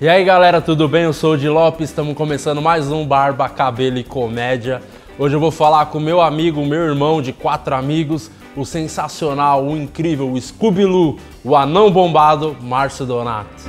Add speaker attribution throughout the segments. Speaker 1: E aí galera, tudo bem? Eu sou o Di Lopes, estamos começando mais um Barba, Cabelo e Comédia. Hoje eu vou falar com meu amigo, meu irmão de quatro amigos, o sensacional, o incrível, o Scooby-Loo, o anão bombado, Márcio Donato.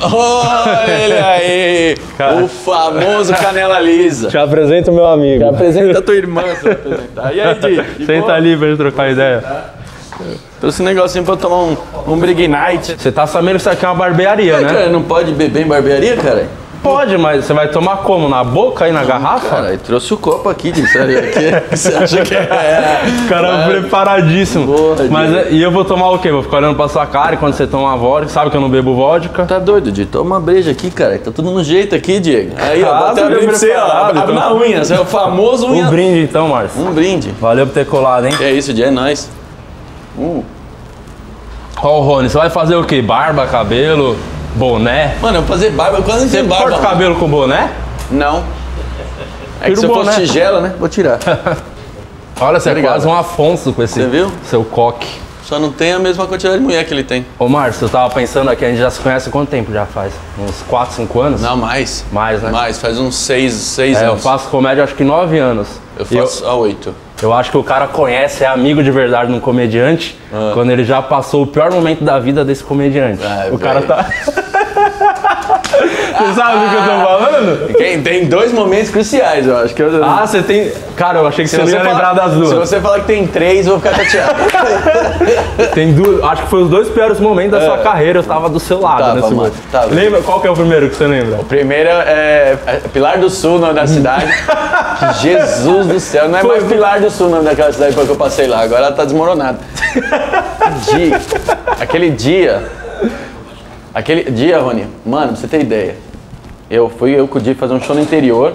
Speaker 2: Olha ele aí!
Speaker 3: Cara.
Speaker 2: O famoso canela lisa.
Speaker 3: Te apresento meu amigo.
Speaker 2: Apresenta a tua irmã, se vai apresentar. E aí, Di? De
Speaker 3: Senta
Speaker 2: boa?
Speaker 3: ali pra gente trocar ideia.
Speaker 2: Trouxe um negocinho pra eu tomar um, um Brig Night.
Speaker 1: Você tá sabendo que isso aqui é uma barbearia,
Speaker 2: Ué,
Speaker 1: né?
Speaker 2: Cara, não pode beber em barbearia, cara?
Speaker 1: Pode, mas você vai tomar como? Na boca e na garrafa?
Speaker 2: Cara, eu trouxe o copo aqui, Di. Sério, aqui. Você acha que é...
Speaker 1: Cara, um
Speaker 2: Claro.
Speaker 1: preparadíssimo.
Speaker 2: Boa,
Speaker 1: mas
Speaker 2: Diego.
Speaker 1: é- e eu vou tomar o quê? Vou ficar olhando pra sua cara e quando você toma vodka, sabe que eu não bebo vodka.
Speaker 2: Tá doido, Di? Toma uma breja aqui, cara. Tá tudo no jeito aqui, Diego. Aí, ó,
Speaker 1: Ah,
Speaker 2: bota a
Speaker 1: tudo
Speaker 2: breja pra você, ó.
Speaker 1: preparado,
Speaker 2: Abre
Speaker 3: tá?
Speaker 1: então.
Speaker 2: na unha. Você é o famoso
Speaker 1: Um
Speaker 2: unha...
Speaker 1: brinde então, Márcio.
Speaker 2: Um brinde.
Speaker 1: Valeu por ter colado, hein?
Speaker 2: Que é isso, Di. É nóis. Hum.
Speaker 1: Ó, o Rony, você vai fazer o quê? Barba, cabelo, boné?
Speaker 2: Mano, eu fazer barba. Eu quase não
Speaker 1: Você
Speaker 2: tenho barba.
Speaker 1: corta o
Speaker 2: mano.
Speaker 1: cabelo com boné?
Speaker 2: Não.
Speaker 1: Tira
Speaker 2: É que
Speaker 1: o
Speaker 2: se eu fosse
Speaker 1: boné.
Speaker 2: tigela, né? Vou tirar.
Speaker 1: Olha, você é
Speaker 2: Obrigado.
Speaker 1: quase um Afonso com esse
Speaker 2: Você viu?
Speaker 1: seu coque.
Speaker 2: Só não tem a mesma quantidade de mulher que ele tem.
Speaker 1: Ô, Márcio, eu tava pensando aqui, a gente já se conhece há quanto tempo já faz? Uns 4, 5 anos?
Speaker 2: Não, mais.
Speaker 1: Mais, né?
Speaker 2: Mais, faz uns seis, seis
Speaker 1: É, eu
Speaker 2: anos.
Speaker 1: faço comédia acho que 9 anos.
Speaker 2: Eu
Speaker 1: E eu-
Speaker 2: faço a oito.
Speaker 1: Eu acho que o cara conhece, é amigo de verdade de um comediante, quando ele já passou o pior momento da vida desse comediante.
Speaker 2: Ah,
Speaker 1: o cara
Speaker 2: velho.
Speaker 1: tá. Você sabe do que eu tô falando?
Speaker 2: Quem tem dois momentos cruciais, eu acho que eu...
Speaker 1: Ah, você tem. Cara, eu achei que você, não ia lembrar das
Speaker 2: Se
Speaker 1: duas.
Speaker 2: você falar que tem três, eu vou ficar chateado.
Speaker 1: Tem duas. Acho que foi os dois piores momentos da sua carreira. Eu tava do seu lado
Speaker 2: É. Tava,
Speaker 1: nesse
Speaker 2: mano,
Speaker 1: momento.
Speaker 2: tava.
Speaker 1: Lembra? Qual que é o primeiro que você lembra?
Speaker 2: Primeiro é, é Pilar do Sul, o nome da cidade. Jesus do céu, não é mais Pilar do Sul o nome daquela cidade porque eu passei lá, agora ela tá desmoronada. Di, aquele dia, aquele dia, Rony, mano, pra você ter ideia, eu fui eu com o Di fazer um show no interior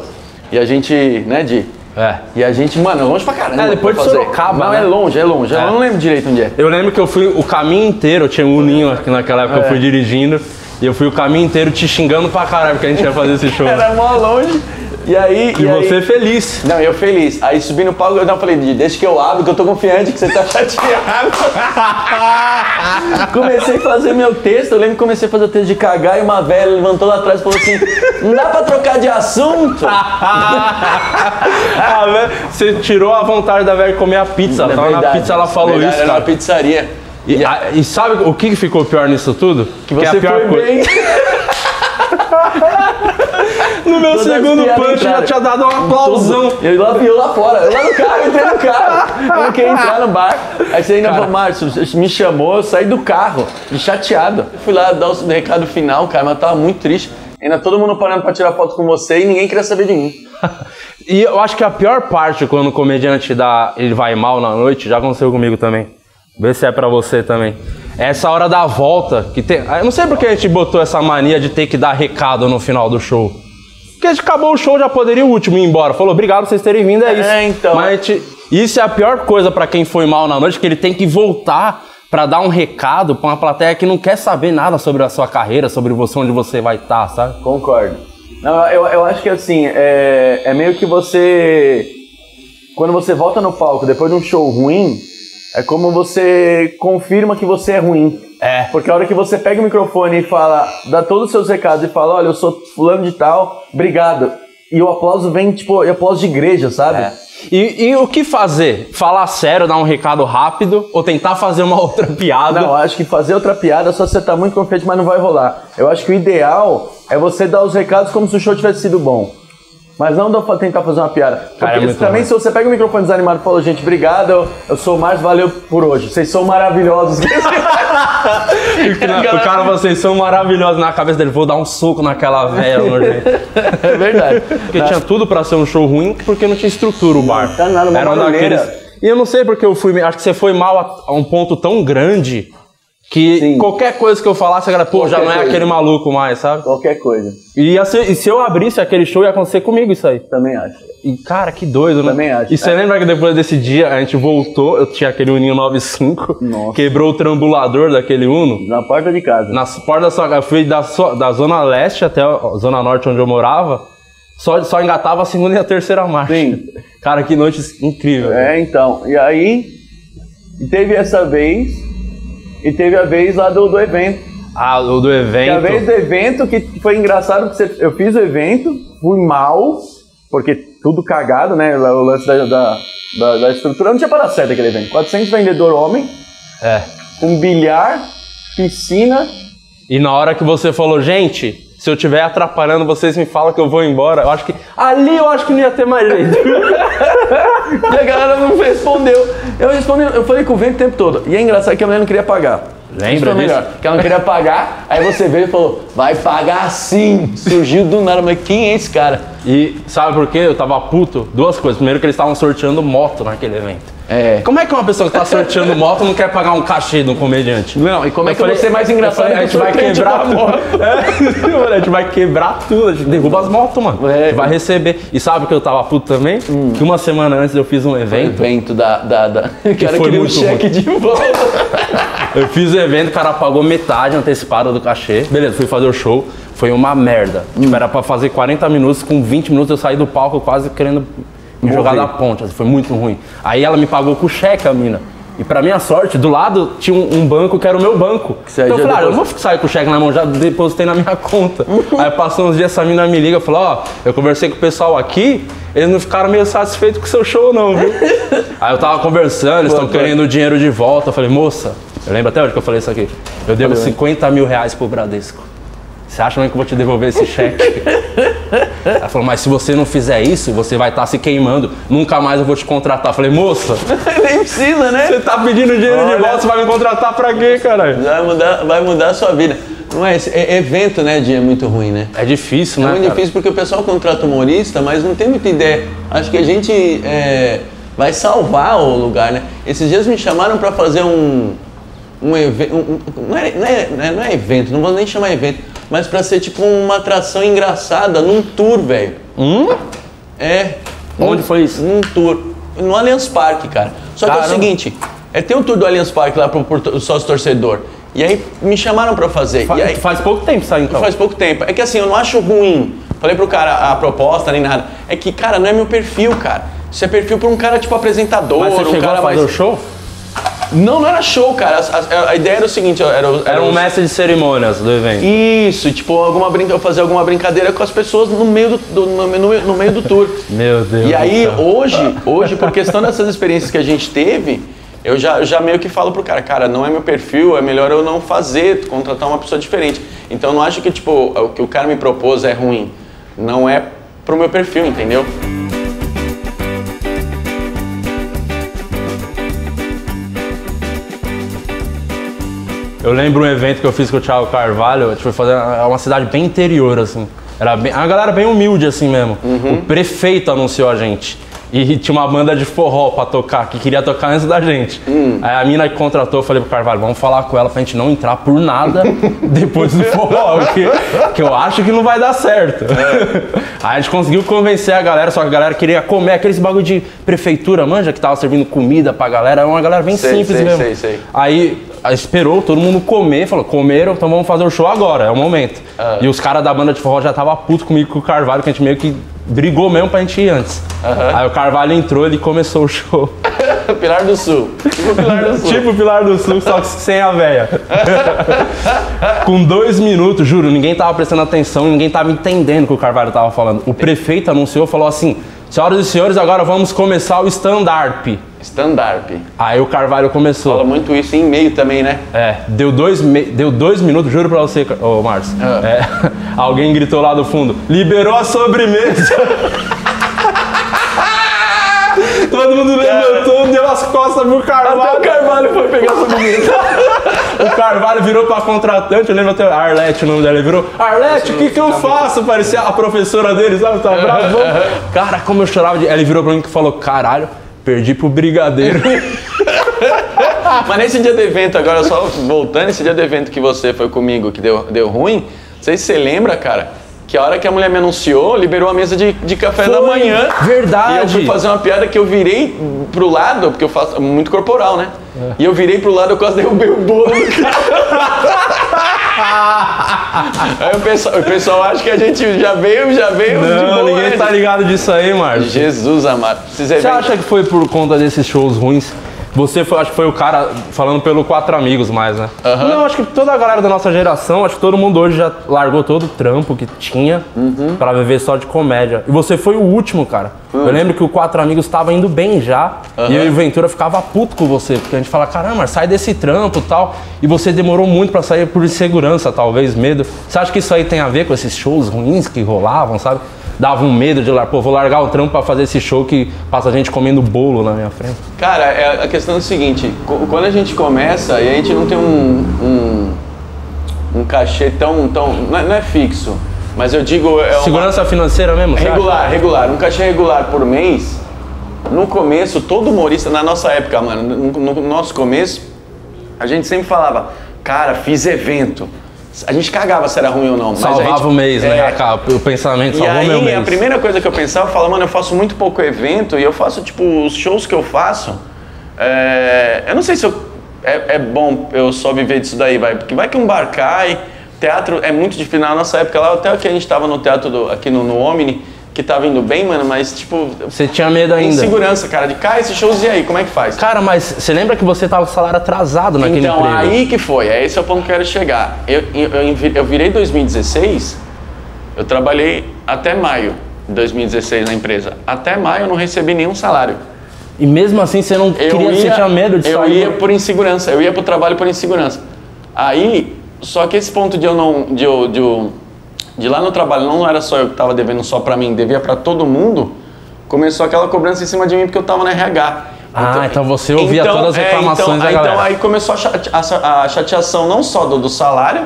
Speaker 2: e a gente, né, Di?
Speaker 1: É.
Speaker 2: E a gente, mano, é longe pra caramba.
Speaker 1: É, depois
Speaker 2: pra
Speaker 1: de
Speaker 2: fazer.
Speaker 1: Sorocaba,
Speaker 2: Não,
Speaker 1: né?
Speaker 2: é longe, é longe. Eu não lembro direito onde é.
Speaker 1: Eu lembro que eu fui o caminho inteiro, eu tinha um ninho aqui naquela época,
Speaker 2: É.
Speaker 1: eu fui dirigindo. E eu fui o caminho inteiro te xingando pra caralho porque a gente ia fazer esse show.
Speaker 2: Era mó longe. E aí.
Speaker 1: e
Speaker 2: aí-
Speaker 1: você feliz.
Speaker 2: Não, eu feliz. Aí subi no palco, eu não falei, Didi, deixa que eu abro, que eu tô confiante que você tá chateado. comecei a fazer meu texto, eu lembro que comecei a fazer o texto de cagar e uma velha levantou lá atrás e falou assim, não dá pra trocar de assunto?
Speaker 1: Ah, velho, você tirou a vontade da velha comer a pizza. Ela
Speaker 2: É
Speaker 1: tava na
Speaker 2: verdade,
Speaker 1: pizza, ela falou
Speaker 2: verdade,
Speaker 1: isso,
Speaker 2: Era uma
Speaker 1: cara.
Speaker 2: pizzaria.
Speaker 1: E, a- e sabe o que que ficou pior nisso tudo? Que, é a
Speaker 2: Você
Speaker 1: pior
Speaker 2: foi bem.
Speaker 1: No meu
Speaker 2: Todas
Speaker 1: segundo
Speaker 2: as piadas
Speaker 1: punch já
Speaker 2: entraram.
Speaker 1: tinha dado um aplausão.
Speaker 2: Eu lá, eu lá fora, eu lá no carro, eu entrei no carro. Eu não queria entrar no bar. Aí você ainda falou, Márcio, você me chamou, eu saí do carro, de chateado. Eu Fui lá dar o recado final, cara, mas eu tava muito triste. Ainda todo mundo parando pra tirar foto com você e ninguém queria saber de mim.
Speaker 1: E eu acho que a pior parte quando o comediante dá, ele vai mal na noite, já aconteceu comigo também. Vê se é pra você também. É Essa hora da volta, que tem. Eu não sei porque a gente botou essa mania de ter que dar recado no final do show. Porque a gente acabou o show, já poderia o último ir embora. Falou, obrigado por vocês terem vindo, é isso.
Speaker 2: É, então.
Speaker 1: Mas a gente- isso é a pior coisa pra quem foi mal na noite, que ele tem que voltar pra dar um recado pra uma plateia que não quer saber nada sobre a sua carreira, sobre você, onde você vai estar, sabe?
Speaker 2: Concordo. Não, eu, eu acho que assim, é, é meio que você. Quando você volta no palco depois de um show ruim, é como você confirma que você é ruim.
Speaker 1: É.
Speaker 2: Porque a hora que você pega o microfone e fala, dá todos os seus recados e fala, olha, eu sou fulano de tal, obrigado. E o aplauso vem, tipo, é aplauso de igreja, sabe?
Speaker 1: É. E, e o que fazer? Falar sério, dar um recado rápido ou tentar fazer uma outra piada?
Speaker 2: Não, eu acho que fazer outra piada só se você tá muito confiante, mas não vai rolar. Eu acho que o ideal é você dar os recados como se o show tivesse sido bom. Mas não dá pra tentar fazer uma piada. Porque
Speaker 1: Cara, é muito
Speaker 2: também
Speaker 1: ruim.
Speaker 2: se você pega o microfone desanimado e fala, gente, obrigado, eu, eu sou o Márcio, valeu por hoje. Vocês são maravilhosos.
Speaker 1: E o cara- o cara, vocês são maravilhosos na cabeça dele. Vou dar um soco naquela velha nojenta.
Speaker 2: é verdade.
Speaker 1: Porque tinha tudo pra ser um show ruim, porque não tinha estrutura o bar.
Speaker 2: tá nada, uma
Speaker 1: Era um
Speaker 2: barulheira.
Speaker 1: daqueles- E eu não sei porque eu fui. Acho que você foi mal a, a um ponto tão grande que
Speaker 2: Sim.
Speaker 1: qualquer coisa que eu falasse, a galera, pô, já
Speaker 2: Qualquer
Speaker 1: não é
Speaker 2: coisa.
Speaker 1: aquele maluco mais, sabe?
Speaker 2: Qualquer coisa.
Speaker 1: E, ia ser- e se eu abrisse aquele show, ia acontecer comigo isso aí.
Speaker 2: Também acho.
Speaker 1: E, cara, que doido, né?
Speaker 2: Também acho.
Speaker 1: E você
Speaker 2: É.
Speaker 1: lembra que depois desse dia a gente voltou, eu tinha aquele Uninho 95,
Speaker 2: Nossa.
Speaker 1: quebrou o trambulador daquele Uno.
Speaker 2: Na porta de casa.
Speaker 1: Nas portas da sua casa, eu fui da, sua- da Zona Leste até a Zona Norte onde eu morava. Só, só engatava a segunda e a terceira marcha.
Speaker 2: Sim.
Speaker 1: Cara, que noite incrível. velho.
Speaker 2: É, então. E aí, teve essa vez, e teve a vez lá do, do evento.
Speaker 1: Ah, o do
Speaker 2: E a
Speaker 1: evento.
Speaker 2: vez do evento que foi engraçado, porque você- eu fiz o evento, fui mal, porque tudo cagado, né? O lance da, da, da, da estrutura. Não tinha para dar certo aquele evento. 400 vendedor homem,
Speaker 1: É.
Speaker 2: com bilhar, piscina.
Speaker 1: E na hora que você falou, gente, se eu estiver atrapalhando, vocês me falam que eu vou embora. Eu acho que. Ali eu acho que não ia ter mais jeito.
Speaker 2: E a galera não respondeu. Eu respondi, eu falei com o vento o tempo todo. E é engraçado que a mulher não queria pagar.
Speaker 1: Lembra
Speaker 2: Isso foi
Speaker 1: disso?
Speaker 2: melhor, que ela não queria pagar, aí você veio e falou, vai pagar sim. Surgiu do nada, mas quem é esse cara?
Speaker 1: e sabe por quê? Eu tava puto. Duas coisas. Primeiro, que eles estavam sorteando moto naquele evento.
Speaker 2: É.
Speaker 1: Como é que uma pessoa que tá sorteando moto não quer pagar um cachê de um comediante?
Speaker 2: Não, e como é
Speaker 1: Eu
Speaker 2: que eu vou ser mais
Speaker 1: eu
Speaker 2: engraçado
Speaker 1: falei,
Speaker 2: que
Speaker 1: a gente vai
Speaker 2: surpreende
Speaker 1: quebrar
Speaker 2: da
Speaker 1: tudo. É, mano, a gente vai quebrar tudo, a gente derruba as motos, mano.
Speaker 2: É. Hum.
Speaker 1: Vai receber. E sabe que eu tava puto também? Que uma semana antes eu fiz um evento.
Speaker 2: evento da. da, da... O cara
Speaker 1: foi
Speaker 2: queria um
Speaker 1: muito
Speaker 2: cheque de volta.
Speaker 1: Eu fiz o evento, o cara pagou metade antecipada do cachê. Beleza, fui fazer o show. Foi uma merda.
Speaker 2: Hum.
Speaker 1: Tipo, era pra fazer 40 minutos, com 20 minutos eu saí do palco quase querendo me jogar da ponte. assim, foi muito ruim. Aí ela me pagou com cheque, a mina. E pra minha sorte, do lado tinha um, um banco que era o meu banco.
Speaker 2: você
Speaker 1: então eu
Speaker 2: já
Speaker 1: falei, ah, eu
Speaker 2: depois-
Speaker 1: não vou sair com o cheque na mão, já depositei na minha conta. Aí passou uns dias, essa mina me liga e falou, ó, eu conversei com o pessoal aqui, eles não ficaram meio satisfeitos com o seu show não, viu? Aí eu tava conversando, eles estão
Speaker 2: Pô, pô.
Speaker 1: querendo o dinheiro de volta. Eu falei, moça, eu lembro até hoje que eu falei isso aqui. Eu devo 50 mil reais pro Bradesco. Você acha mesmo que eu vou te devolver esse cheque? Ela falou, mas se você não fizer isso, você vai estar se queimando. Nunca mais eu vou te contratar. Eu falei, moça,
Speaker 2: Nem precisa, né?
Speaker 1: você tá pedindo dinheiro
Speaker 2: Olha.
Speaker 1: de volta, você vai me contratar pra quê, caralho?
Speaker 2: Vai mudar, vai mudar a sua vida. Não é esse é- evento, né, Dia? É muito ruim, né?
Speaker 1: É difícil,
Speaker 2: É
Speaker 1: né?
Speaker 2: muito
Speaker 1: cara?
Speaker 2: difícil porque o pessoal contrata humorista, mas não tem muita ideia. Acho que a gente é, vai salvar o lugar, né? Esses dias me chamaram pra fazer um. Um evento. não, é, não, é, não é- não é evento, não vou nem chamar evento, mas pra ser tipo uma atração engraçada num tour, velho. Hum? É.
Speaker 1: Onde foi isso?
Speaker 2: Num Um tour. No Allianz Parque, cara. Só que é
Speaker 1: Caramba.
Speaker 2: o seguinte, é, tem um tour do Allianz Parque lá pro, pro sócio torcedor. E aí me chamaram pra fazer.
Speaker 1: Fa-
Speaker 2: e aí,
Speaker 1: Faz pouco tempo isso aí, então.
Speaker 2: Faz pouco tempo. É que assim, eu não acho ruim. Falei pro cara a proposta nem nada. É que, cara, não é meu perfil, cara. Isso é perfil pra um cara tipo apresentador,
Speaker 1: Mas você
Speaker 2: um
Speaker 1: chegou
Speaker 2: cara
Speaker 1: a fazer o
Speaker 2: mais.
Speaker 1: show?
Speaker 2: Não, não era show, cara. A, a- a ideia era o seguinte, ó, era, o-
Speaker 1: Era um
Speaker 2: os-
Speaker 1: mestre de cerimônias do evento.
Speaker 2: Isso, tipo, alguma brinca... eu fazer alguma brincadeira com as pessoas no meio do, do- no, no- no meio do tour.
Speaker 1: Meu Deus
Speaker 2: E
Speaker 1: do
Speaker 2: aí,
Speaker 1: céu.
Speaker 2: hoje, hoje, por questão dessas experiências que a gente teve, eu já, já meio que falo pro cara, cara, não é meu perfil, é melhor eu não fazer, contratar uma pessoa diferente. Então eu não acho que, tipo, o que o cara me propôs é ruim. Não é pro meu perfil, entendeu?
Speaker 1: Eu lembro um evento que eu fiz com o Thiago Carvalho, a gente foi fazer é uma cidade bem interior, assim. Era bem, uma galera bem humilde, assim mesmo.
Speaker 2: Uhum.
Speaker 1: O prefeito anunciou a gente. E tinha uma banda de forró pra tocar, que queria tocar antes da gente.
Speaker 2: Hum.
Speaker 1: Aí a mina que contratou, eu falei pro Carvalho, vamos falar com ela pra gente não entrar por nada depois do forró, porque, que eu acho que não vai dar certo.
Speaker 2: É.
Speaker 1: Aí a gente conseguiu convencer a galera, só que a galera queria comer aqueles bagulho de prefeitura, manja, que tava servindo comida pra galera. Era uma galera bem
Speaker 2: Sei,
Speaker 1: simples
Speaker 2: sei,
Speaker 1: mesmo.
Speaker 2: sei, sei.
Speaker 1: Aí aí esperou todo mundo comer, falou, comeram, então vamos fazer o show agora, é o momento.
Speaker 2: Ah.
Speaker 1: E os caras da banda de forró já tava puto comigo com o Carvalho, que a gente meio que brigou mesmo pra gente ir antes. Aí o Carvalho entrou, ele começou o show.
Speaker 2: Pilar do Sul. Tipo Pilar do Sul.
Speaker 1: tipo o Pilar do Sul, só que sem a véia. com dois minutos, juro, ninguém tava prestando atenção, ninguém tava entendendo o que o Carvalho tava falando. O prefeito anunciou, falou assim, senhoras e senhores, agora vamos começar o stand-up.
Speaker 2: Stand-up.
Speaker 1: Aí o Carvalho começou.
Speaker 2: Fala muito isso em e-mail também, né?
Speaker 1: É, deu dois, me- deu dois minutos, juro pra você, Car- ô Márcio.
Speaker 2: Ah.
Speaker 1: É, alguém gritou lá do fundo: liberou a sobremesa. Todo mundo levantou, deu as costas pro Carvalho.
Speaker 2: É. Até o Carvalho foi pegar essa menina.
Speaker 1: O Carvalho virou pra contratante, eu lembro até a Arlete, o nome dela, ele virou, Arlete, o que que eu
Speaker 2: Tá
Speaker 1: faço? Parecia a professora dele, sabe? Tava bravo. Cara, como eu chorava de... Ele virou pra mim e falou, caralho, perdi pro brigadeiro. Ah.
Speaker 2: Mas nesse dia do evento, agora só voltando, esse dia do evento que você foi comigo, que deu, deu ruim, não sei se você lembra, cara, que a hora que a mulher me anunciou, liberou a mesa de, de café da
Speaker 1: Foi,
Speaker 2: manhã.
Speaker 1: verdade.
Speaker 2: E eu fui fazer uma piada que eu virei pro lado, porque eu faço
Speaker 1: É.
Speaker 2: muito corporal, né? E eu virei pro lado, eu quase derrubei o bolo do cara. Aí o pessoal, o pessoal acha que a gente já veio, já veio de
Speaker 1: Não,
Speaker 2: boa,
Speaker 1: ninguém
Speaker 2: né?
Speaker 1: tá ligado disso aí, Márcio.
Speaker 2: Jesus amado. Esses
Speaker 1: Você
Speaker 2: eventos-
Speaker 1: acha que foi por conta desses shows ruins? Você foi, acho que foi o cara falando pelo quatro amigos mais, né? Não, acho que toda a galera da nossa geração, acho que todo mundo hoje já largou todo o trampo que tinha pra viver só de comédia. E você foi o último, cara. Eu lembro que o quatro amigos tava indo bem já, e eu e o Ventura ficava puto com você, porque a gente fala: "Caramba, sai desse trampo", e tal. E você demorou muito pra sair por insegurança, talvez medo. Você acha que isso aí tem a ver com esses shows ruins que rolavam, sabe? dava um medo de lá, pô, vou largar o trampo pra fazer esse show que passa gente comendo bolo na minha frente.
Speaker 2: Cara, é- a questão é o seguinte, co- quando a gente começa e a gente não tem um, um, um cachê tão. tão não, é, não é fixo, mas eu digo. É uma-
Speaker 1: Segurança financeira mesmo,
Speaker 2: é
Speaker 1: sabe?
Speaker 2: regular, regular. Um cachê regular por mês, no começo, todo humorista, na nossa época, mano, no, no nosso começo, a gente sempre falava, cara, fiz evento. A gente cagava se era ruim ou não. mas a
Speaker 1: Salvava
Speaker 2: gente-
Speaker 1: o mês, né?
Speaker 2: É,
Speaker 1: Acaba- O pensamento
Speaker 2: e
Speaker 1: salvou meu
Speaker 2: aí,
Speaker 1: mês.
Speaker 2: a primeira coisa que eu pensava, eu falava, mano, eu faço muito pouco evento e eu faço, tipo, os shows que eu faço. é, eu não sei se eu- é, é bom eu só viver disso daí, vai. Porque vai que um bar cai, teatro é muito difícil. Na nossa época lá, até que a gente tava no teatro do- aqui no, no Omni, que tava indo bem, mano, mas, tipo,
Speaker 1: Você tinha medo ainda.
Speaker 2: insegurança, cara, de cai esses shows e aí, como é que faz?
Speaker 1: Cara, mas você lembra que você tava com salário atrasado naquele
Speaker 2: Então,
Speaker 1: emprego?
Speaker 2: aí que foi, é esse é o ponto que eu quero chegar. Eu, eu, eu vi- eu virei 2016, eu trabalhei até maio de 2016 na empresa. Até maio eu não recebi nenhum salário.
Speaker 1: E mesmo assim você não
Speaker 2: Eu
Speaker 1: queria, você tinha medo de
Speaker 2: eu
Speaker 1: sair.
Speaker 2: ia por insegurança, eu ia pro trabalho por insegurança. Aí, só que esse ponto de eu não. de, eu, de, eu- de lá no trabalho não era só eu que tava devendo só pra mim, devia pra todo mundo, começou aquela cobrança em cima de mim porque eu tava na RH.
Speaker 1: Ah, então você ouvia todas as
Speaker 2: é,
Speaker 1: reclamações
Speaker 2: então,
Speaker 1: da
Speaker 2: aí-
Speaker 1: galera.
Speaker 2: Então aí começou a, chate- a sa- a chateação não só do, do salário,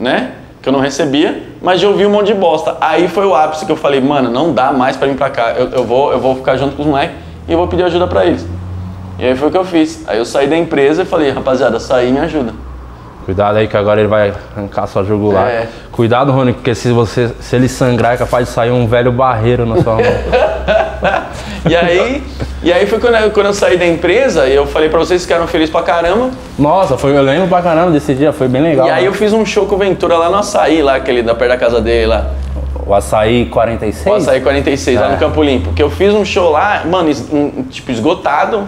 Speaker 2: né? Que eu não recebia, mas de ouvir um monte de bosta. Aí foi o ápice que eu falei, mano, não dá mais pra vir pra cá. Eu, eu vou, eu vou ficar junto com os moleques e eu vou pedir ajuda pra eles. E aí foi o que eu fiz. Aí eu saí da empresa e falei, rapaziada, saí e me ajuda.
Speaker 1: Cuidado aí que agora ele vai arrancar sua jugular.
Speaker 2: É.
Speaker 1: Cuidado, Rony, porque se você se ele sangrar é capaz de sair um velho barreiro na sua mão.
Speaker 2: E aí, e aí foi quando eu, quando eu saí da empresa e eu falei pra vocês que eram felizes pra caramba.
Speaker 1: Nossa, foi, eu lembro pra caramba desse dia, foi bem legal.
Speaker 2: E aí
Speaker 1: né?
Speaker 2: eu fiz um show com o Ventura lá no Açaí, lá, aquele da perto da casa dele lá.
Speaker 1: O açaí
Speaker 2: O
Speaker 1: 46?
Speaker 2: Açaí 46, lá
Speaker 1: É.
Speaker 2: no Campo Limpo. Que eu fiz um show lá, mano, es- um- tipo, esgotado.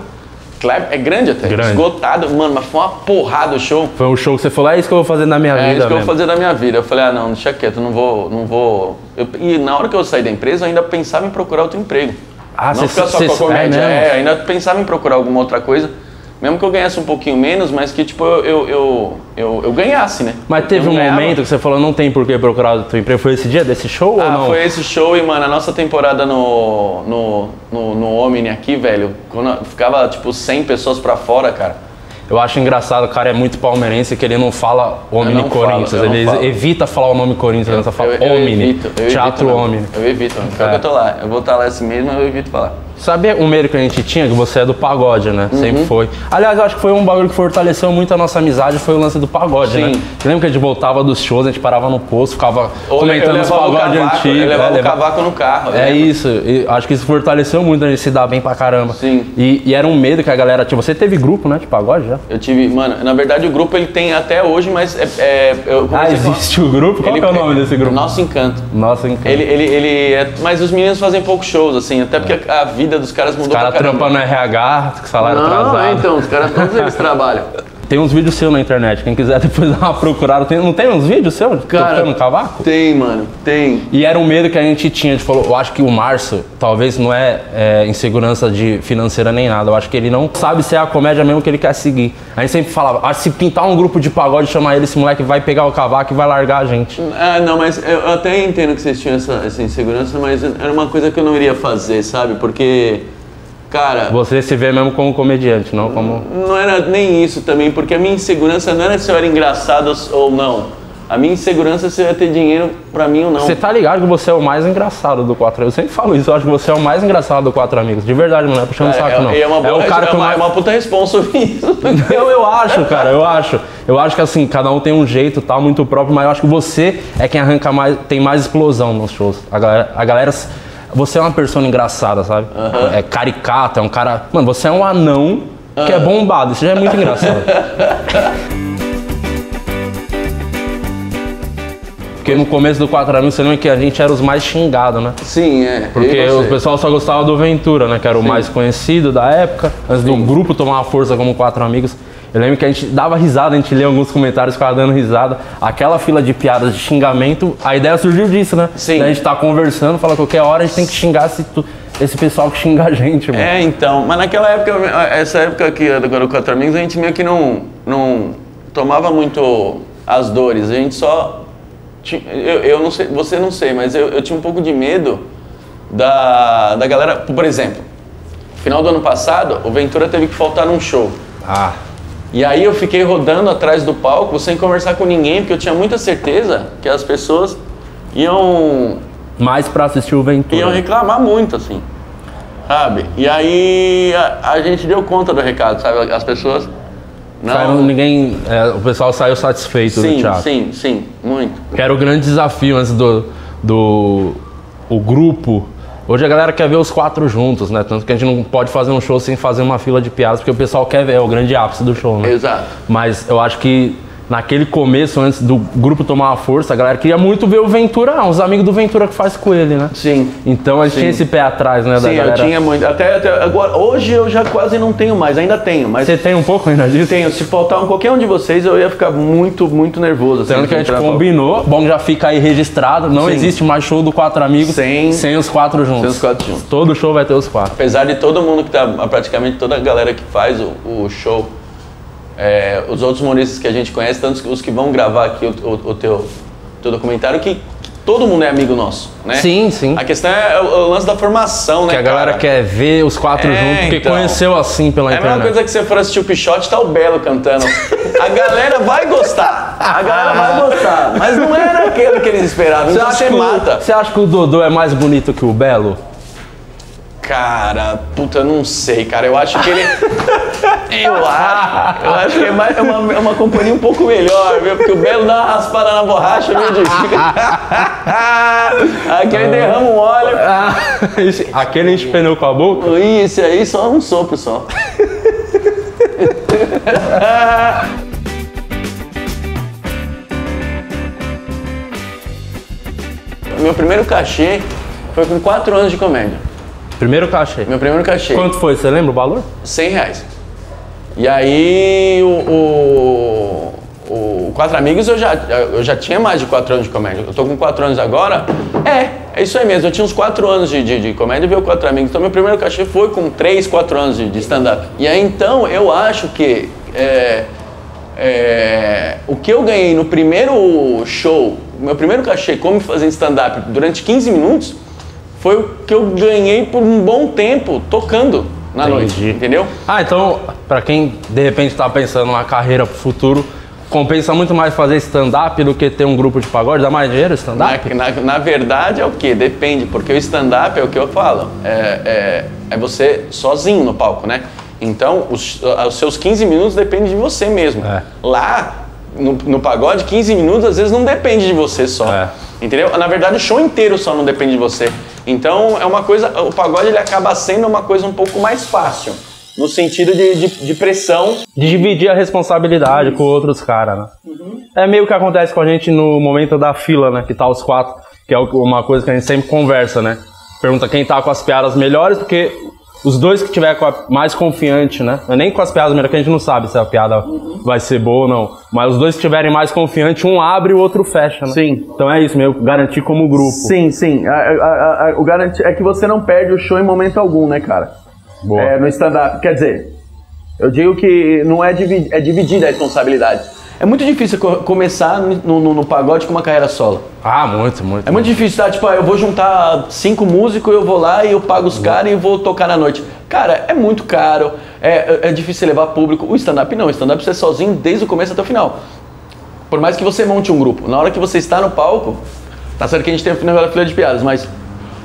Speaker 2: Clap- É grande até.
Speaker 1: Grande.
Speaker 2: Esgotado, mano, mas foi uma porrada o show.
Speaker 1: Foi um show que você falou, é isso que eu vou fazer na minha
Speaker 2: É
Speaker 1: vida
Speaker 2: isso que eu
Speaker 1: mesmo.
Speaker 2: vou fazer da minha vida. Eu falei, ah, não, deixa quieto, não vou, não vou. Eu- e na hora que eu saí da empresa, eu ainda pensava em procurar outro emprego.
Speaker 1: Ah,
Speaker 2: não
Speaker 1: cê-
Speaker 2: ficar só
Speaker 1: cê-
Speaker 2: com a
Speaker 1: cê- é
Speaker 2: comédia.
Speaker 1: mesmo?
Speaker 2: É, ainda pensava em procurar alguma outra coisa. Mesmo que eu ganhasse um pouquinho menos, mas que, tipo, eu, eu, eu, eu- eu ganhasse, né?
Speaker 1: Mas teve
Speaker 2: Eu
Speaker 1: um
Speaker 2: ganhava.
Speaker 1: momento que você falou, não tem por que procurar o teu emprego. Foi esse dia desse show ou
Speaker 2: Ah,
Speaker 1: não?
Speaker 2: foi esse show e, mano, a nossa temporada no, no, no, no Omni aqui, velho, quando ficava tipo 100 pessoas pra fora, cara.
Speaker 1: Eu acho engraçado, o cara é muito palmeirense que ele não fala
Speaker 2: Eu
Speaker 1: Omni
Speaker 2: não
Speaker 1: Corinthians.
Speaker 2: falo, eu
Speaker 1: ele
Speaker 2: não falo.
Speaker 1: evita falar o nome Corinthians, ele só fala Omni. teatro
Speaker 2: evito,
Speaker 1: Omni.
Speaker 2: Eu evito, mano. Pior que eu tô lá. Eu vou estar lá esse mês, mas eu evito falar.
Speaker 1: Sabia um medo que a gente tinha? Que você é do pagode, né? Sempre
Speaker 2: Uhum.
Speaker 1: foi. Aliás, eu acho que foi um bagulho que fortaleceu muito a nossa amizade, foi o lance do pagode, né?
Speaker 2: Sim.
Speaker 1: Lembra que a gente voltava dos shows, a gente parava no posto, ficava
Speaker 2: Ou eu
Speaker 1: comentando os
Speaker 2: levava o
Speaker 1: pagodes
Speaker 2: cavaco,
Speaker 1: antigos.
Speaker 2: Eu
Speaker 1: né?
Speaker 2: levava o
Speaker 1: Leva-
Speaker 2: cavaco no carro.
Speaker 1: É
Speaker 2: né?
Speaker 1: isso, e acho que isso fortaleceu muito a gente se dar bem pra caramba.
Speaker 2: Sim.
Speaker 1: E, e era um medo que a galera tinha. Você teve grupo, né, de pagode já?
Speaker 2: Eu tive, mano, na verdade o grupo ele tem até hoje, mas é. é- eu
Speaker 1: Ah,
Speaker 2: comecei com-
Speaker 1: existe o grupo? Qual
Speaker 2: ele-
Speaker 1: que é o nome desse grupo?
Speaker 2: Nosso Encanto.
Speaker 1: Nossa, incrível.
Speaker 2: Ele, ele, ele é- mas os meninos fazem poucos shows, assim, até porque a, a vida dos caras mudou
Speaker 1: O cara
Speaker 2: pra caramba.
Speaker 1: trampa no RH, com salário atrasado.
Speaker 2: é, então, os caras todos eles trabalham.
Speaker 1: Tem uns vídeos seus na internet, quem quiser depois dar uma procurada. Tem- não tem uns vídeos seus
Speaker 2: Cara,
Speaker 1: tocando cavaco?
Speaker 2: Tem, mano, tem.
Speaker 1: E era um medo que a gente tinha, de falou, eu acho que o Márcio, talvez não é, é, insegurança de financeira nem nada, eu acho que ele não sabe se é a comédia mesmo que ele quer seguir. A gente sempre falava, "Ah, se pintar um grupo de pagode, chamar ele, esse moleque vai pegar o cavaco e vai largar a gente.
Speaker 2: Ah, não, mas eu eu até entendo que vocês tinham essa, essa insegurança, mas era uma coisa que eu não iria fazer, sabe? Porque, cara,
Speaker 1: Você se vê mesmo como comediante, não como...
Speaker 2: não era nem isso também, porque a minha insegurança não era se eu era engraçado ou não. A minha insegurança é se eu ia ter dinheiro pra mim ou não.
Speaker 1: Você tá ligado que você é o mais engraçado do quatro. Eu sempre falo isso, eu acho que você é o mais engraçado do quatro amigos. De verdade, mano, não é puxando o
Speaker 2: Cara,
Speaker 1: saco, não.
Speaker 2: é, é uma boa,
Speaker 1: o cara
Speaker 2: é
Speaker 1: que eu
Speaker 2: uma, é
Speaker 1: mais...
Speaker 2: uma puta responsa isso.
Speaker 1: Eu, eu acho, cara, eu acho. Eu acho que assim, cada um tem um jeito tal, muito próprio, mas eu acho que você é quem arranca mais, tem mais explosão nos shows. A galera. A galera você é uma pessoa engraçada, sabe? É caricata, é um cara. Mano, você é um anão que é bombado. Isso já é muito engraçado. Porque no começo do 4 a 1000, você lembra que a gente era os mais xingados, né?
Speaker 2: Sim, é.
Speaker 1: Porque
Speaker 2: eu
Speaker 1: o pessoal só gostava do Ventura, né? Que era o mais conhecido da época. Antes do grupo tomar uma força como quatro amigos. Eu lembro que a gente dava risada, a gente lia alguns comentários, ficava dando risada. Aquela fila de piadas de xingamento, a ideia surgiu disso, né?
Speaker 2: Sim.
Speaker 1: Da gente tá conversando, fala qualquer hora a gente tem que xingar esse, tu- esse pessoal que xinga a gente, mano.
Speaker 2: É, então. Mas naquela época, essa época que eu era o Quatro Amigos, a gente meio que não, não tomava muito as dores. A gente só. ti- Eu, eu não sei, você não sei, mas eu, eu tinha um pouco de medo da, da galera. Por exemplo, final do ano passado, o Ventura teve que faltar num show.
Speaker 1: Ah.
Speaker 2: E aí eu fiquei rodando atrás do palco sem conversar com ninguém, porque eu tinha muita certeza que as pessoas iam
Speaker 1: Mais pra assistir o Ventura.
Speaker 2: iam reclamar muito, assim. Sabe? E aí a, a gente deu conta do recado, sabe? As pessoas.
Speaker 1: Saíram-
Speaker 2: Não.
Speaker 1: ninguém, é, o pessoal saiu satisfeito do
Speaker 2: Sim,
Speaker 1: teatro.
Speaker 2: sim, sim, muito.
Speaker 1: Que era o grande desafio antes do, do o grupo. Hoje a galera quer ver os quatro juntos, né? Tanto que a gente não pode fazer um show sem fazer uma fila de piadas, porque o pessoal quer ver, é o grande ápice do show, né?
Speaker 2: Exato.
Speaker 1: Mas eu acho que naquele começo, antes do grupo tomar a força, a galera queria muito ver o Ventura, ah, uns amigos do Ventura que faz com ele, né?
Speaker 2: Sim.
Speaker 1: Então a gente
Speaker 2: Sim.
Speaker 1: tinha esse pé atrás, né? da
Speaker 2: Sim, eu
Speaker 1: galera.
Speaker 2: tinha muito. Até, até agora, hoje eu já quase não tenho mais, ainda tenho, mas
Speaker 1: Você tem um pouco ainda disso?
Speaker 2: tenho. Se faltar um, qualquer um de vocês, eu ia ficar muito, muito nervoso. assim,
Speaker 1: Tanto que a gente
Speaker 2: entrar no palco.
Speaker 1: combinou, bom já fica aí registrado, não
Speaker 2: Sim.
Speaker 1: existe mais show do quatro amigos
Speaker 2: Sem-
Speaker 1: sem os quatro juntos.
Speaker 2: Sem os quatro juntos.
Speaker 1: Todo show vai ter os quatro.
Speaker 2: Apesar de todo mundo que tá, praticamente toda a galera que faz o, o show, é, os outros humoristas que a gente conhece, tanto os que vão gravar aqui o, o- o teu, teu documentário, que, que todo mundo é amigo nosso, né?
Speaker 1: Sim, sim.
Speaker 2: A questão é o, o lance da formação, né?
Speaker 1: Que a galera
Speaker 2: cara?
Speaker 1: quer ver os quatro
Speaker 2: É,
Speaker 1: juntos, porque
Speaker 2: então.
Speaker 1: conheceu assim pela
Speaker 2: É a mesma
Speaker 1: internet.
Speaker 2: coisa que você for assistir o Pichote, tá o Belo cantando. A galera vai gostar. A galera vai gostar. Mas não era aquele que eles esperavam. Então você
Speaker 1: que o-
Speaker 2: mata.
Speaker 1: você acha que o Dodô é mais bonito que o Belo?
Speaker 2: Cara, puta, eu não sei, cara. Eu acho que ele. eu acho. Eu acho que é, mais- é uma, é uma companhia um pouco melhor, viu? Porque o Belo dá uma raspada na borracha, viu? De... Aquele derrama um óleo.
Speaker 1: Ah, Aquele enche pneu com a boca?
Speaker 2: Ih, esse aí só um sopro só. Meu primeiro cachê foi com 4 anos de comédia.
Speaker 1: Primeiro cachê.
Speaker 2: Meu primeiro cachê.
Speaker 1: Quanto foi? Você lembra o valor?
Speaker 2: 100 reais. E aí, o, o, o Quatro Amigos, eu já, eu já tinha mais de 4 anos de comédia. Eu tô com 4 anos agora. É, é isso aí mesmo. Eu tinha uns 4 anos de, de, de comédia e veio o Quatro Amigos. Então, meu primeiro cachê foi com 3, 4 anos de, de stand-up. E aí, então, eu acho que é, é, o que eu ganhei no primeiro show, meu primeiro cachê como fazer stand-up durante 15 minutos, foi o que eu ganhei por um bom tempo tocando na noite,
Speaker 1: Entendi.
Speaker 2: entendeu?
Speaker 1: Ah, então, pra quem de repente tá pensando numa carreira pro futuro, compensa muito mais fazer stand-up do que ter um grupo de pagode? Dá mais dinheiro stand-up?
Speaker 2: Na, na, na verdade é o que? Depende, porque o stand-up é o que eu falo. É, é, é você sozinho no palco, né? Então, os, os seus 15 minutos dependem de você mesmo.
Speaker 1: É.
Speaker 2: Lá, no, no pagode, 15 minutos às vezes não depende de você só.
Speaker 1: É.
Speaker 2: Entendeu? Na verdade, o show inteiro só não depende de você. Então, é uma coisa. O pagode ele acaba sendo uma coisa um pouco mais fácil. No sentido de, de, de pressão.
Speaker 1: de dividir a responsabilidade com outros caras, né?
Speaker 2: Uhum.
Speaker 1: É meio que acontece com a gente no momento da fila, né? Que tá os quatro, que é uma coisa que a gente sempre conversa, né? Pergunta quem tá com as piadas melhores, porque os dois que tiver com a mais confiante, né? Não é Nem com as piadas melhores, que a gente não sabe se a piada
Speaker 2: Uhum.
Speaker 1: vai ser boa ou não. Mas os dois que tiverem mais confiante, um abre e o outro fecha, né?
Speaker 2: Sim.
Speaker 1: Então é isso, meio que garantir como grupo.
Speaker 2: Sim, sim. A- a- a- a- o garanti é que você não perde o show em momento algum, né, cara?
Speaker 1: Boa.
Speaker 2: É, no stand-up. Quer dizer, eu digo que não é, divi é dividida a responsabilidade. É muito difícil co- começar no, no- no pagode com uma carreira solo.
Speaker 1: Ah, muito, muito.
Speaker 2: É muito difícil, tá? Tipo, ah, eu vou juntar cinco músicos, eu vou lá e eu pago
Speaker 1: Uhum.
Speaker 2: os caras e vou tocar na noite. Cara, é muito caro, é, é difícil levar público. O stand-up não, o stand-up você é sozinho desde o começo até o final. Por mais que você monte um grupo, na hora que você está no palco, tá certo que a gente tem a fila- fila de piadas, mas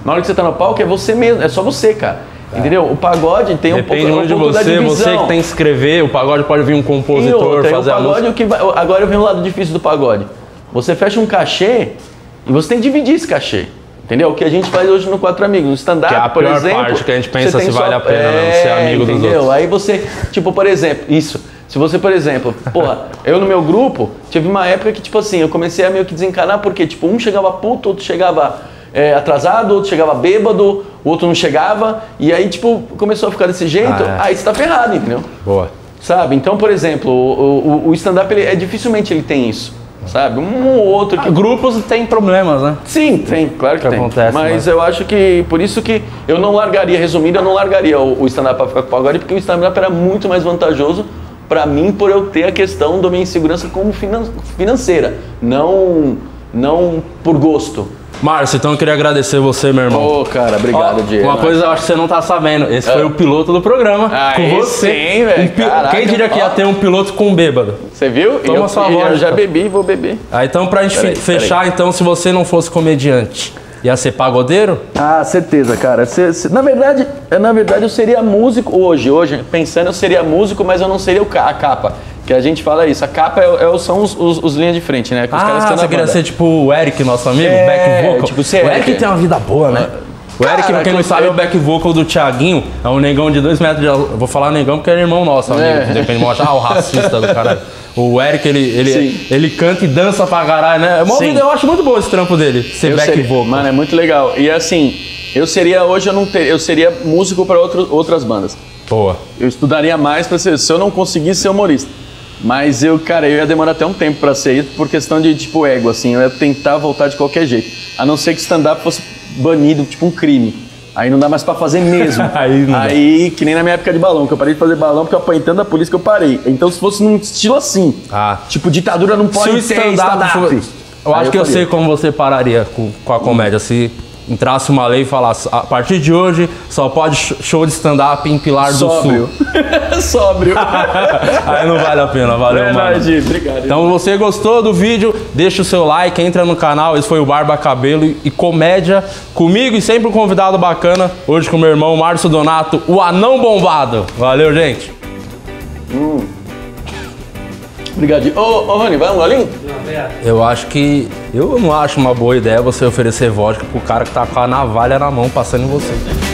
Speaker 2: na hora que você tá no palco é você mesmo, é só você, cara. Entendeu? O pagode tem
Speaker 1: Tá. Depende
Speaker 2: um pouco, é um
Speaker 1: muito de
Speaker 2: pouco da
Speaker 1: você, você
Speaker 2: divisão.
Speaker 1: que tem que escrever, o pagode pode vir um
Speaker 2: E
Speaker 1: compositor
Speaker 2: outra, e o
Speaker 1: fazer a música.
Speaker 2: pagode, o que vai, agora eu venho o lado difícil do pagode. Você fecha um cachê e você tem que dividir esse cachê. Entendeu? O que a gente faz hoje no Quatro Amigos. No stand-up,
Speaker 1: Que é a
Speaker 2: por
Speaker 1: pior
Speaker 2: exemplo.
Speaker 1: parte que a gente
Speaker 2: você
Speaker 1: pensa
Speaker 2: tem É,
Speaker 1: se vale a pena, né? Ser amigo dos
Speaker 2: entendeu?
Speaker 1: outros.
Speaker 2: Aí você, tipo, por exemplo, isso. Se você, por exemplo, porra, eu no meu grupo, tive uma época que, tipo assim, eu comecei a meio que desencanar, porque, tipo, um chegava puto, outro chegava é, atrasado, outro chegava bêbado, o outro não chegava, e aí, tipo, começou a ficar desse jeito,
Speaker 1: Ah, é.
Speaker 2: aí você tá ferrado, entendeu?
Speaker 1: Boa.
Speaker 2: Sabe? Então, por exemplo, o, o- o stand-up, ele, é, dificilmente ele tem isso, sabe? Um ou outro que
Speaker 1: Grupos têm problemas, né?
Speaker 2: Sim, tem, claro que,
Speaker 1: Ah. Que
Speaker 2: tem.
Speaker 1: acontece,
Speaker 2: mas
Speaker 1: né?
Speaker 2: eu acho que, por isso que eu não largaria, resumindo, eu não largaria o, o stand-up pra ficar com o pagode, porque o stand-up era muito mais vantajoso pra mim por eu ter a questão da minha insegurança como finan- financeira, não, não por gosto.
Speaker 1: Márcio, então eu queria agradecer você, meu irmão.
Speaker 2: Ô, cara, obrigado,
Speaker 1: Ó,
Speaker 2: Diego.
Speaker 1: Uma coisa eu acho que você não tá sabendo. Esse foi o piloto do programa.
Speaker 2: Aí
Speaker 1: com você.
Speaker 2: Ah, sim, velho.
Speaker 1: Um pi-
Speaker 2: Caraca,
Speaker 1: Quem diria que ia
Speaker 2: ó.
Speaker 1: ter um piloto com um bêbado?
Speaker 2: Você viu?
Speaker 1: Toma
Speaker 2: eu,
Speaker 1: sua
Speaker 2: eu
Speaker 1: vodka.
Speaker 2: já bebi, vou beber.
Speaker 1: Ah, então, pra gente
Speaker 2: Peraí,
Speaker 1: fe- fechar, então, se você não fosse comediante, ia ser pagodeiro?
Speaker 2: Ah, certeza, cara. Cê- cê- na verdade, é, na verdade eu seria músico hoje, hoje, pensando eu seria músico, mas eu não seria o ca- a capa. Que a gente fala isso, a capa é, o- é o- são os, os- os linhas de frente, né? Que os
Speaker 1: ah,
Speaker 2: caras estão
Speaker 1: você
Speaker 2: na
Speaker 1: queria
Speaker 2: banda.
Speaker 1: ser tipo o Eric, nosso amigo,
Speaker 2: É,
Speaker 1: back vocal.
Speaker 2: tipo, você é
Speaker 1: o Eric
Speaker 2: Eric.
Speaker 1: tem uma vida boa, né? O Eric, pra
Speaker 2: Cara,
Speaker 1: quem não
Speaker 2: que-
Speaker 1: sabe, é o back vocal do Thiaguinho. É um negão de dois metros de altura. Vou falar negão porque ele é irmão nosso, amigo.
Speaker 2: É.
Speaker 1: Depende de achar ah, o racista do caralho. O Eric, ele, ele, é-
Speaker 2: Sim.
Speaker 1: ele canta e dança pra caralho, né? É mó
Speaker 2: Sim.
Speaker 1: vida, eu acho muito bom esse trampo dele, ser
Speaker 2: Eu
Speaker 1: back
Speaker 2: seria-
Speaker 1: vocal.
Speaker 2: Mano, é muito legal. E assim, eu seria hoje, eu não ter, eu seria músico para outras bandas.
Speaker 1: Boa.
Speaker 2: Eu estudaria mais para ser, se eu não conseguisse ser humorista. Mas eu, cara, eu ia demorar até um tempo para ser isso por questão de tipo ego, assim, eu ia tentar voltar de qualquer jeito. A não ser que stand-up fosse banido, tipo um crime. Aí não dá mais para fazer mesmo.
Speaker 1: Aí não dá.
Speaker 2: Aí, que nem na minha época de balão, que eu parei de fazer balão porque eu apanhei tanto da polícia que eu parei. Então se fosse num estilo assim,
Speaker 1: Ah.
Speaker 2: tipo ditadura não
Speaker 1: Se o
Speaker 2: pode ter assim.
Speaker 1: stand-up for- Eu
Speaker 2: Aí
Speaker 1: acho que eu
Speaker 2: faria.
Speaker 1: sei como você pararia com, com a comédia. Se entrasse uma lei e falasse, a partir de hoje só pode sh- show de stand-up em Pilar
Speaker 2: Sóbrio.
Speaker 1: é do Sul.
Speaker 2: Sóbrio.
Speaker 1: Aí não vale a pena, valeu, mano.
Speaker 2: Verdade, obrigado.
Speaker 1: Então você gostou do vídeo, deixa o seu like, entra no canal. Esse foi o Barba Cabelo e Comédia comigo e sempre um convidado bacana. Hoje com meu irmão Márcio Donato, o anão bombado. Valeu, gente.
Speaker 2: Obrigado. Ô, ô, Rony, vai um golinho?
Speaker 1: Eu acho que. Eu não acho uma boa ideia você oferecer vodka pro cara que tá com a navalha na mão passando em você.